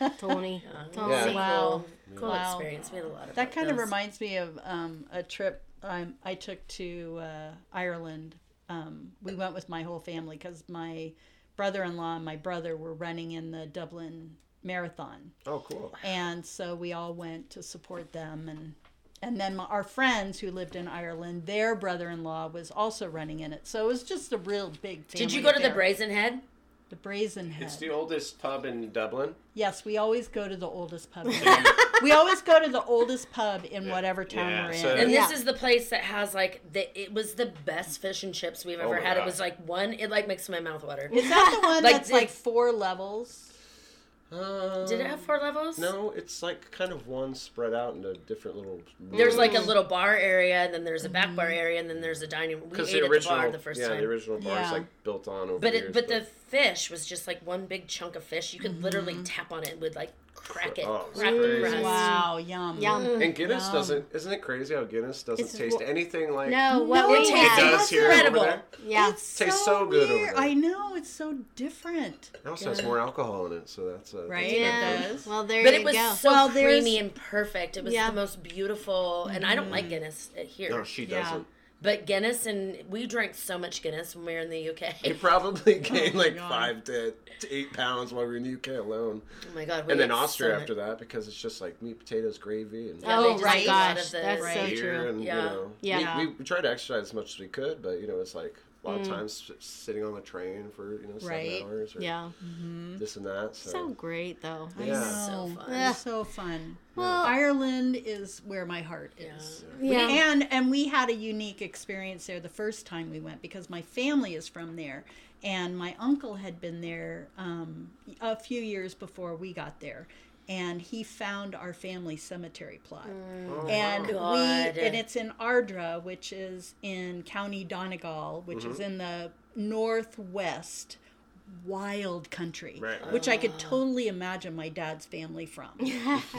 Speaker 3: know. Tony. Tony.
Speaker 4: Yeah.
Speaker 2: Wow.
Speaker 5: Cool
Speaker 2: Wow.
Speaker 5: experience. We had a lot of
Speaker 2: That kind of
Speaker 5: those.
Speaker 2: reminds me of um, a trip um, I took to uh, Ireland. Um, we went with my whole family because my brother in law and my brother were running in the Dublin Marathon.
Speaker 4: Oh, cool.
Speaker 2: And so we all went to support them. And, and then my, our friends who lived in Ireland, their brother in law was also running in it. So it was just a real big family.
Speaker 5: Did you go to the
Speaker 2: affair.
Speaker 5: Brazen Head?
Speaker 2: The Brazen Head.
Speaker 4: It's the oldest pub in Dublin.
Speaker 2: Yes, we always go to the oldest pub. in- we always go to the oldest pub in whatever town
Speaker 4: Yeah,
Speaker 2: we're in.
Speaker 4: so-
Speaker 5: And
Speaker 3: Yeah.
Speaker 5: this is the place that has like the it was the best fish and chips we've ever
Speaker 4: Oh my
Speaker 5: had. It
Speaker 4: God.
Speaker 5: was like one. It like makes my mouth water.
Speaker 2: Is that the one
Speaker 5: Like
Speaker 2: that's like
Speaker 5: this-
Speaker 2: four levels?
Speaker 4: Uh,
Speaker 5: Did it have four levels?
Speaker 4: No, it's like kind of one spread out into different little.
Speaker 5: There's like a
Speaker 2: Mm.
Speaker 5: little bar area, and then there's a back bar area, and then there's a dining. room. We
Speaker 4: because
Speaker 5: ate
Speaker 4: the
Speaker 5: at
Speaker 4: original
Speaker 5: the bar the first
Speaker 4: yeah
Speaker 5: time.
Speaker 4: the original bar
Speaker 2: Yeah.
Speaker 4: is like built on over
Speaker 5: but
Speaker 4: years,
Speaker 5: it, but the fish was just like one big chunk of fish. You could literally
Speaker 3: Mm-hmm.
Speaker 5: tap on it and would like crack it,
Speaker 4: Oh, it's
Speaker 5: crack the
Speaker 4: crazy.
Speaker 5: crust.
Speaker 2: Wow, yum.
Speaker 3: Yum.
Speaker 4: and Guinness doesn't isn't it crazy how Guinness doesn't
Speaker 3: It's
Speaker 4: taste
Speaker 3: wo-
Speaker 4: anything like
Speaker 3: No, what
Speaker 2: No,
Speaker 3: we
Speaker 2: it
Speaker 4: it
Speaker 2: tastes
Speaker 3: had.
Speaker 4: does here
Speaker 5: incredible.
Speaker 4: over there.
Speaker 3: Yeah.
Speaker 4: tastes so good over
Speaker 2: weird.
Speaker 4: there.
Speaker 2: I know, it's so different.
Speaker 4: It also has more alcohol in it, so that's a
Speaker 2: Right?
Speaker 3: Yeah.
Speaker 2: It does.
Speaker 3: Well, there
Speaker 5: But
Speaker 3: you
Speaker 5: it was
Speaker 3: go.
Speaker 5: so
Speaker 2: Well, there's-
Speaker 5: creamy and perfect. It was
Speaker 3: Yeah. Mm-hmm.
Speaker 5: the most beautiful. And I don't like Guinness uh, here.
Speaker 4: No, she
Speaker 2: Yeah.
Speaker 4: doesn't.
Speaker 5: But Guinness and we drank so much Guinness when we were in the UK.
Speaker 4: He
Speaker 2: Oh
Speaker 4: probably gained like five to to eight pounds while we were in the UK alone,
Speaker 5: Oh my god! we
Speaker 4: and then
Speaker 5: ate so
Speaker 4: Austria
Speaker 5: much.
Speaker 4: after that because it's just like meat, potatoes, gravy, and
Speaker 5: Yeah, they
Speaker 3: oh
Speaker 5: just
Speaker 3: my
Speaker 5: ate a lot
Speaker 3: gosh,
Speaker 5: of the-
Speaker 3: that's so
Speaker 5: Right.
Speaker 4: beer,
Speaker 3: true.
Speaker 4: and
Speaker 5: Yeah.
Speaker 4: you know,
Speaker 3: Yeah.
Speaker 4: We, we, we tried to exercise as much as we could, but you know, it's like a lot of times s- sitting on the train for you know seven
Speaker 2: Mm. Right.
Speaker 4: hours or
Speaker 3: Yeah.
Speaker 4: this and that. So,
Speaker 3: So great though.
Speaker 4: yeah,
Speaker 5: So
Speaker 2: Oh,
Speaker 5: fun.
Speaker 2: it's so fun. Ireland is where my heart is.
Speaker 3: Yeah.
Speaker 2: And and we had a unique experience there the first time we went because my family is from there and my uncle had been there um, a few years before we got there and he found our family cemetery plot. and
Speaker 5: God.
Speaker 2: we and it's in Ardra which is in County Donegal which is in the northwest wild country,
Speaker 4: Right, right.
Speaker 2: which I could totally imagine my dad's family from.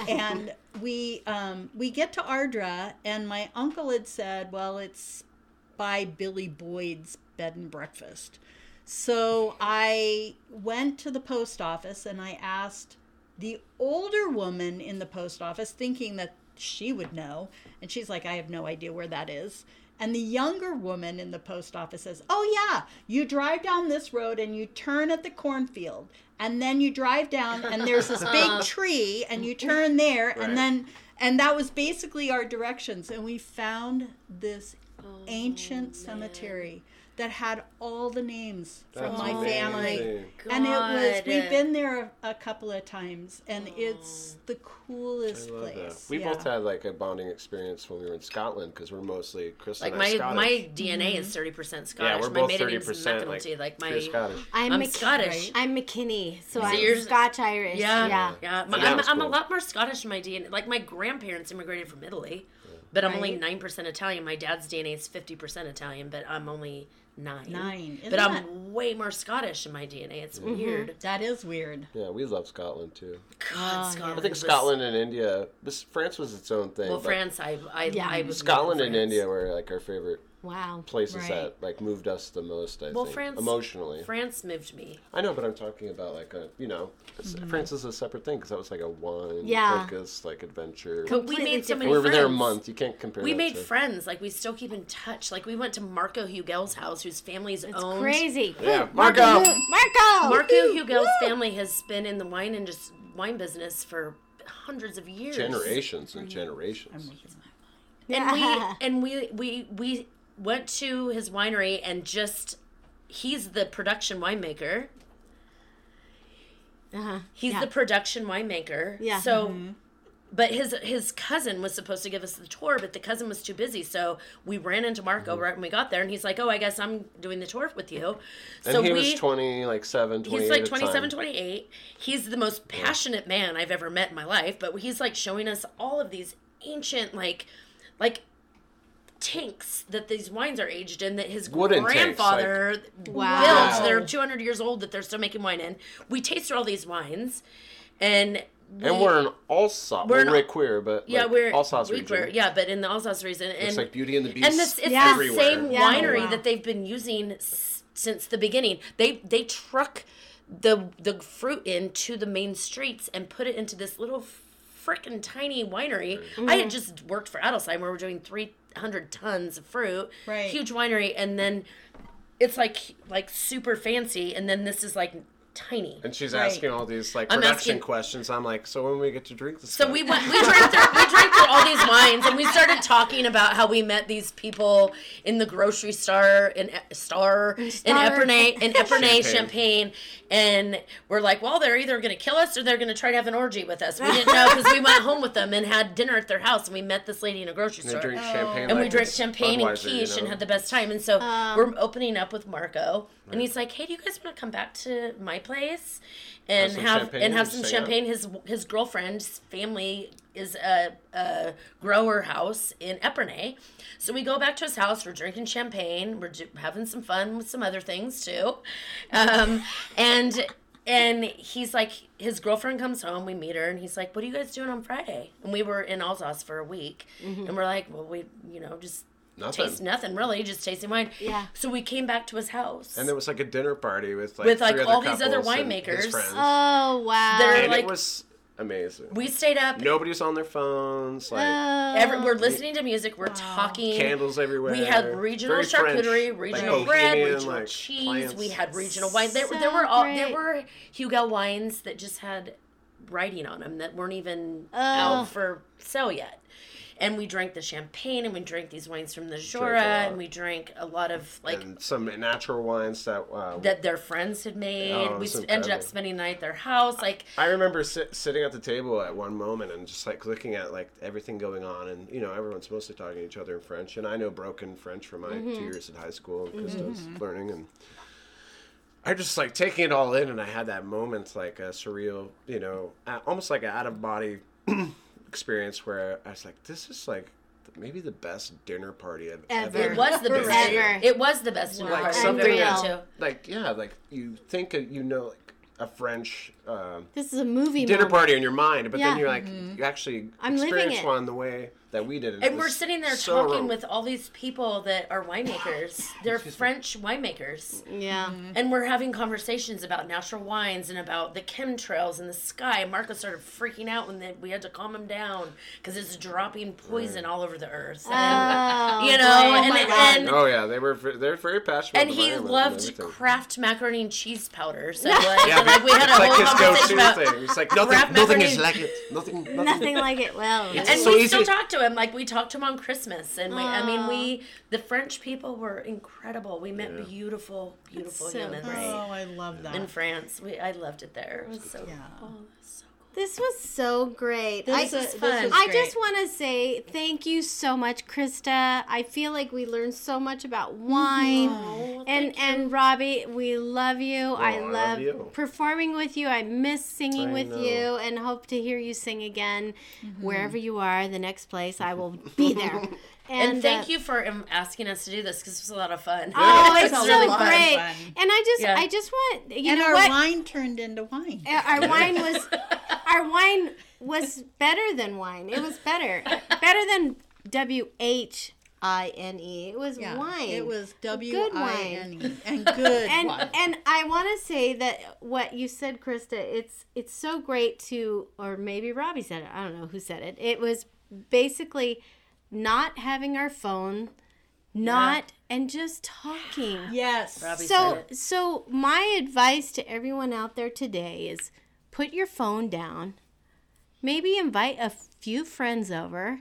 Speaker 2: and we um, we get to Ardra, and my uncle had said, "Well, it's by Billy Boyd's bed and breakfast." So I went to the post office and I asked the older woman in the post office, thinking that she would know. And she's like, I have no idea where that is. And the younger woman in the post office says, Oh, yeah, you drive down this road and you turn at the cornfield. And then you drive down and there's this big tree and you turn there.
Speaker 4: Right.
Speaker 2: And then, and that was basically our directions. And we found this
Speaker 3: Oh,
Speaker 2: ancient cemetery that had all the names from
Speaker 4: That's
Speaker 2: my family.
Speaker 4: amazing.
Speaker 2: And it was, we've
Speaker 5: God.
Speaker 2: been there a, a couple of times, and it's the coolest
Speaker 4: I love that.
Speaker 2: place.
Speaker 4: We
Speaker 2: yeah.
Speaker 4: both had like a bonding experience when we were in Scotland because we're mostly Chris
Speaker 5: Like
Speaker 4: and I
Speaker 5: my
Speaker 4: Scottish.
Speaker 5: my DNA is thirty percent Scottish.
Speaker 4: yeah, we're
Speaker 5: my
Speaker 4: both
Speaker 5: maiden
Speaker 4: thirty
Speaker 5: name's
Speaker 4: percent like,
Speaker 5: McEnulty. Like
Speaker 4: you're
Speaker 5: my
Speaker 4: Scottish.
Speaker 5: I'm,
Speaker 3: Mc-
Speaker 5: Scottish.
Speaker 3: I'm McKinney, so I'm
Speaker 5: yours-
Speaker 3: Scotch Irish.
Speaker 5: Yeah, yeah.
Speaker 3: yeah.
Speaker 5: My-
Speaker 4: Yeah,
Speaker 5: I'm,
Speaker 4: that's
Speaker 5: I'm a
Speaker 4: cool.
Speaker 5: lot more Scottish in my DNA. Like my grandparents immigrated from Italy, but I'm only
Speaker 3: Right.
Speaker 5: nine percent Italian. My dad's DNA is fifty percent Italian, but I'm only nine.
Speaker 2: Nine.
Speaker 3: um,
Speaker 2: Isn't
Speaker 5: but I'm
Speaker 2: that-
Speaker 5: way more Scottish in my DNA. It's
Speaker 3: Mm-hmm.
Speaker 5: weird.
Speaker 2: That is weird.
Speaker 4: Yeah, we love Scotland too.
Speaker 5: God, Scotland.
Speaker 4: I think
Speaker 5: was-
Speaker 4: Scotland and India, this, France was its own thing.
Speaker 5: Well,
Speaker 4: but
Speaker 5: France. I I,
Speaker 3: Yeah.
Speaker 5: I was
Speaker 4: Scotland and
Speaker 5: living in
Speaker 4: India were like our favorite
Speaker 3: Wow.
Speaker 4: places
Speaker 2: Right.
Speaker 4: that like moved us the most. I
Speaker 5: Well,
Speaker 4: think
Speaker 5: France-
Speaker 4: emotionally.
Speaker 5: France moved me.
Speaker 4: I know, but I'm talking about like a you know, it's-
Speaker 5: Mm-hmm.
Speaker 4: France is a separate thing because that was like a wine
Speaker 3: Yeah.
Speaker 4: focused like adventure.
Speaker 5: But we
Speaker 3: Completely
Speaker 5: made so
Speaker 3: different.
Speaker 5: many
Speaker 4: we were there a
Speaker 5: friends.
Speaker 4: month. You can't compare.
Speaker 5: We
Speaker 4: that
Speaker 5: made
Speaker 4: to-
Speaker 5: friends. Like we still keep in touch. Like we went to Marco Hugel's house, whose family's
Speaker 3: It's
Speaker 5: owned.
Speaker 3: crazy.
Speaker 4: Yeah,
Speaker 3: Marco.
Speaker 4: Marco.
Speaker 3: Marco.
Speaker 5: Marco Hugel's family has been in the wine and just wine business for hundreds of years.
Speaker 4: Generations and generations.
Speaker 5: And we
Speaker 3: Yeah.
Speaker 5: and we we we went to his winery and just he's the production winemaker.
Speaker 3: Uh-huh.
Speaker 5: He's
Speaker 3: Yeah.
Speaker 5: the production winemaker.
Speaker 3: Yeah.
Speaker 5: So but his his cousin was supposed to give us the tour, but the cousin was too busy. So we ran into Marco
Speaker 4: Mm-hmm.
Speaker 5: right when we got there and he's like, "Oh, I guess I'm doing the tour with you."
Speaker 4: And
Speaker 5: so
Speaker 4: he
Speaker 5: we
Speaker 4: was 20, like 7, 28
Speaker 5: He's like
Speaker 4: at the time.
Speaker 5: 27, 28. He's the most passionate man I've ever met in my life, but he's like showing us all of these ancient like like tanks that these wines are aged in that his
Speaker 4: Wooden tanks,
Speaker 5: grandfather
Speaker 3: Wow.
Speaker 5: built. They're 200 years old that they're still making wine in. We tasted all these wines and
Speaker 4: And
Speaker 5: we-
Speaker 4: we're in Alsace.
Speaker 5: We're
Speaker 4: We're,
Speaker 5: in
Speaker 4: we're queer, but
Speaker 5: yeah,
Speaker 4: like,
Speaker 5: we're
Speaker 4: Alsace
Speaker 5: we
Speaker 4: region.
Speaker 5: were- yeah, but in the Alsace region and
Speaker 4: It's like Beauty and the Beast.
Speaker 5: and this it's
Speaker 3: Yeah.
Speaker 5: the
Speaker 4: everywhere.
Speaker 5: same
Speaker 3: Yeah.
Speaker 5: winery
Speaker 3: Oh, wow.
Speaker 5: that they've been using s- since the beginning. They they truck the the fruit into the main streets and put it into this little freaking tiny winery. I
Speaker 3: Mm-hmm.
Speaker 5: had just worked for Adelsheim where we're doing three hundred tons of fruit,
Speaker 2: Right.
Speaker 5: Huge winery, and then it's like like super fancy, and then this is like tiny.
Speaker 4: And she's
Speaker 2: Right.
Speaker 4: asking all these like
Speaker 5: I'm
Speaker 4: production
Speaker 5: asking-
Speaker 4: questions. I'm like, so when we get to drink this?
Speaker 5: So
Speaker 4: stuff?"
Speaker 5: we went, we drank, through, we drank through all these wines, and we started talking about how we met these people in the grocery store in E- Star in
Speaker 3: Star.
Speaker 5: Epernay in Epernay
Speaker 4: Champagne.
Speaker 5: Champagne, and we're like, well, they're either going to kill us or they're going to try to have an orgy with us. We didn't know because we went home with them and had dinner at their house, and we met this lady in a grocery
Speaker 4: And they
Speaker 5: store.
Speaker 4: drink champagne.
Speaker 5: and
Speaker 4: like
Speaker 5: we drank
Speaker 4: it's
Speaker 5: champagne and
Speaker 4: Budweiser, you
Speaker 5: quiche and
Speaker 4: know?
Speaker 5: had the best time. And so we're opening up with Marco, and he's like, "Hey, do you guys want to come back to my place and
Speaker 4: some
Speaker 5: have,
Speaker 4: champagne
Speaker 5: and have
Speaker 4: and
Speaker 5: some
Speaker 4: just hang out?"
Speaker 5: champagne?" His his girlfriend's family is a, a grower house in Epernay, so we go back to his house. We're drinking champagne. We're ju- having some fun with some other things too, um, and. And he's like, his girlfriend comes home. We meet her, and he's like, "What are you guys doing on Friday?" And we were in Alsace for a week, and we're like, "Well, we, you know, just
Speaker 4: Nothing.
Speaker 5: taste nothing really, just tasting wine.
Speaker 3: Yeah.
Speaker 5: So we came back to his house.
Speaker 4: And it was like a dinner party with like
Speaker 5: With, like,
Speaker 4: three
Speaker 5: all these other
Speaker 4: couples and his
Speaker 5: winemakers.
Speaker 4: friends.
Speaker 3: Oh wow.
Speaker 5: They're-
Speaker 4: and
Speaker 5: like-
Speaker 4: it was amazing.
Speaker 5: we stayed up.
Speaker 4: Nobody was on their phones. Like
Speaker 3: Oh.
Speaker 5: Every, we're listening to music. We're talking.
Speaker 4: candles everywhere.
Speaker 5: We had regional
Speaker 4: Very French,
Speaker 5: charcuterie,
Speaker 4: like
Speaker 5: regional
Speaker 4: bohemian,
Speaker 5: bread, regional
Speaker 4: like,
Speaker 5: cheese.
Speaker 4: plants.
Speaker 5: We had regional wine. There,
Speaker 3: So
Speaker 5: there were all there
Speaker 3: great.
Speaker 5: were Hugo wines that just had writing on them that weren't even
Speaker 3: Oh.
Speaker 5: out for sale yet. And we drank the champagne, and we drank these wines from the Jura, and
Speaker 4: lot.
Speaker 5: we drank a lot of like
Speaker 4: and some natural wines that. Uh,
Speaker 5: that their friends had made.
Speaker 4: Oh,
Speaker 5: we
Speaker 4: it's
Speaker 5: s- ended up
Speaker 4: incredible.
Speaker 5: spending the night at their house. Like
Speaker 4: I remember sit, sitting at the table at one moment and just like looking at like everything going on, and you know everyone's mostly talking to each other in French, and I know broken French from my two years in high school because I was learning, and I just like taking it all in, and I had that moment like a surreal, you know, a- almost like an out of body experience where I was like, this is like maybe the best dinner party I've
Speaker 3: Ever.
Speaker 4: ever.
Speaker 5: It was the best.
Speaker 3: Ever.
Speaker 5: It was the best in
Speaker 4: Like
Speaker 5: I've
Speaker 4: something
Speaker 5: ever been
Speaker 3: that-
Speaker 5: to.
Speaker 4: Like yeah, like you think of, you know like a French um,
Speaker 3: This is a movie.
Speaker 4: dinner
Speaker 3: moment.
Speaker 4: party in your mind, but
Speaker 3: Yeah.
Speaker 4: then you're like you actually
Speaker 3: I'm living
Speaker 4: experience
Speaker 3: it.
Speaker 4: one the way that we did it. It
Speaker 5: And we're
Speaker 4: was
Speaker 5: sitting there
Speaker 4: so
Speaker 5: talking
Speaker 4: rom-
Speaker 5: with all these people that are winemakers. They're French winemakers.
Speaker 3: Yeah.
Speaker 5: And we're having conversations about natural wines and about the chemtrails in the sky. Marco started freaking out when they, we had to calm him down because it's dropping poison all over the earth.
Speaker 3: Oh, boy.
Speaker 5: you know, and,
Speaker 3: Oh my God.
Speaker 5: and,
Speaker 4: Oh yeah, they were ve- they're very passionate.
Speaker 5: and
Speaker 4: about
Speaker 5: he
Speaker 4: Ireland and
Speaker 5: loved
Speaker 4: everything.
Speaker 5: Kraft macaroni and cheese powder. So like,
Speaker 4: Yeah,
Speaker 5: like, we had a
Speaker 4: it's like
Speaker 5: whole
Speaker 4: his
Speaker 5: conversation
Speaker 4: go-to
Speaker 5: about.
Speaker 4: thing. It's like
Speaker 5: Kraft
Speaker 4: nothing, nothing
Speaker 5: macaroni.
Speaker 4: is like it. Nothing, nothing.
Speaker 3: Nothing like it. Well,
Speaker 4: It's
Speaker 5: And
Speaker 4: so
Speaker 5: we still
Speaker 4: easy.
Speaker 5: talk to him like we talked to him on Christmas, and we, I mean, we
Speaker 3: Ah.
Speaker 5: the French people were incredible. We met beautiful, beautiful
Speaker 3: so
Speaker 5: humans
Speaker 3: great.
Speaker 2: Oh, I love that.
Speaker 5: in France. We I loved it there. It was so
Speaker 2: Yeah.
Speaker 5: oh, so
Speaker 3: this was so great.
Speaker 2: This
Speaker 3: I,
Speaker 2: is- this is
Speaker 3: I just
Speaker 2: great.
Speaker 3: want to say thank you so much, Krista. I feel like we learned so much about
Speaker 2: Mm-hmm.
Speaker 3: wine. and and Robbie, we love you. I
Speaker 4: I
Speaker 3: love,
Speaker 4: love you.
Speaker 3: performing with you. I miss singing
Speaker 4: I
Speaker 3: with
Speaker 4: know.
Speaker 3: you, and hope to hear you sing again
Speaker 2: Mm-hmm.
Speaker 3: wherever you are. The next place, I will be there. And,
Speaker 5: And,
Speaker 3: uh,
Speaker 5: thank you for um, asking us to do this because it was a lot of fun.
Speaker 3: Oh, it's,
Speaker 2: It's
Speaker 3: so
Speaker 2: really fun.
Speaker 3: great.
Speaker 2: Fun.
Speaker 3: And I just,
Speaker 5: Yeah.
Speaker 3: I just want you
Speaker 2: and
Speaker 3: know
Speaker 2: our
Speaker 3: what?
Speaker 2: wine turned into wine.
Speaker 3: Uh, our wine was our wine was better than wine. It was better. Better than W H I N E. It was
Speaker 2: Yeah,
Speaker 3: wine.
Speaker 2: It was W
Speaker 3: wine.
Speaker 2: I N E and good
Speaker 3: and
Speaker 2: wine.
Speaker 3: and I want to say that what you said, Krista, it's it's so great to, or maybe Robbie said it. I don't know who said it. It was basically not having our phone, not and just talking.
Speaker 2: yes.
Speaker 5: Robbie
Speaker 3: So
Speaker 5: said it.
Speaker 3: so my advice to everyone out there today is put your phone down. Maybe invite a few friends over.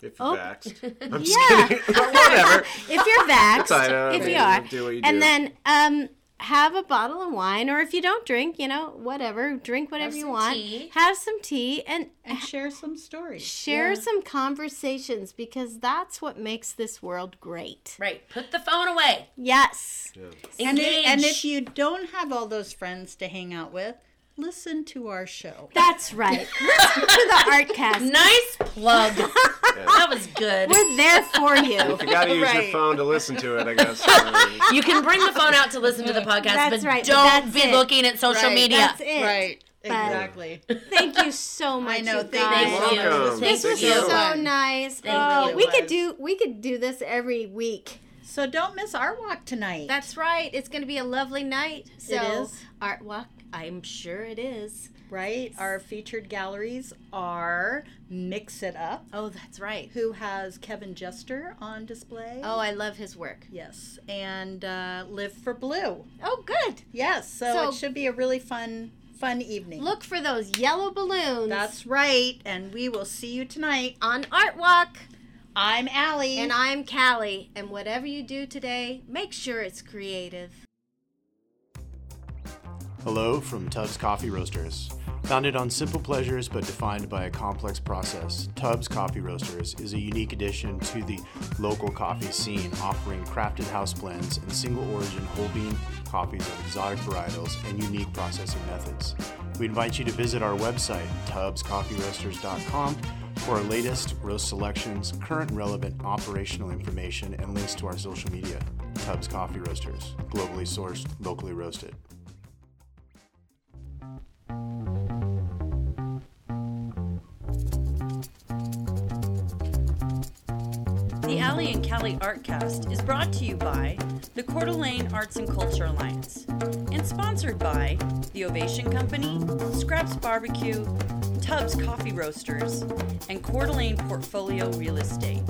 Speaker 4: If you're
Speaker 3: Oh.
Speaker 4: vaxxed. I'm just
Speaker 3: Yeah.
Speaker 4: kidding. Whatever.
Speaker 3: If you're vaxxed,
Speaker 4: I know,
Speaker 3: if you
Speaker 4: man.
Speaker 3: are.
Speaker 4: Do what you
Speaker 3: and
Speaker 4: do.
Speaker 3: then um have a bottle of wine or if you don't drink, you know, whatever, drink whatever you
Speaker 5: some
Speaker 3: want.
Speaker 5: tea.
Speaker 3: Have some tea and
Speaker 2: And share some stories.
Speaker 3: share some conversations because that's what makes this world great.
Speaker 5: Right, put the phone away.
Speaker 3: Yes.
Speaker 2: And,
Speaker 5: Engage.
Speaker 2: it, and if you don't have all those friends to hang out with, listen to our show.
Speaker 3: That's right. Listen to the Artcast.
Speaker 5: nice plug. That was good.
Speaker 3: We're there for you.
Speaker 4: If you gotta use
Speaker 2: Right.
Speaker 4: your phone to listen to it, I guess. I mean,
Speaker 5: You can bring the phone out to listen to the podcast,
Speaker 3: That's
Speaker 5: but
Speaker 3: right, but
Speaker 5: don't
Speaker 3: that's
Speaker 5: be
Speaker 3: it.
Speaker 5: looking at social
Speaker 2: Right,
Speaker 5: media.
Speaker 3: That's it.
Speaker 2: Exactly.
Speaker 3: Thank you so much.
Speaker 2: I know.
Speaker 3: you
Speaker 2: Thank
Speaker 3: guys.
Speaker 5: Thank you.
Speaker 4: Welcome.
Speaker 5: Thank
Speaker 3: This was
Speaker 5: you.
Speaker 3: so nice. oh,
Speaker 5: you.
Speaker 3: we could
Speaker 2: guys.
Speaker 3: do we could do this every week.
Speaker 2: So don't miss our walk tonight.
Speaker 3: That's right. It's going to be a lovely night. So
Speaker 2: is.
Speaker 3: art walk. I'm sure it is.
Speaker 2: right. Our featured galleries are Mix It Up,
Speaker 3: Oh, that's right.
Speaker 2: who has Kevin Jester on display.
Speaker 3: Oh, I love his work.
Speaker 2: Yes, and uh, Live for Blue.
Speaker 3: Oh, good.
Speaker 2: Yes, so,
Speaker 3: So-
Speaker 2: it should be a really fun, fun evening.
Speaker 3: Look for those yellow balloons
Speaker 2: That's right, and we will see you tonight.
Speaker 3: on Art Walk.
Speaker 2: I'm Allie.
Speaker 3: And I'm Callie. And whatever you do today, make sure it's creative.
Speaker 7: Hello from Tubbs Coffee Roasters. Founded on simple pleasures but defined by a complex process, Tubbs Coffee Roasters is a unique addition to the local coffee scene, offering crafted house blends and single origin whole bean coffees of exotic varietals and unique processing methods. We invite you to visit our website, tubbscoffeeroasters.com, for our latest roast selections, current and relevant operational information, and links to our social media. Tubbs Coffee Roasters, globally sourced, locally roasted.
Speaker 8: The Alley and Cali Artcast is brought to you by the Coeur d'Alene Arts and Culture Alliance and sponsored by The Ovation Company, Scraps Barbecue, Tubbs Coffee Roasters, and Coeur d'Alene Portfolio Real Estate.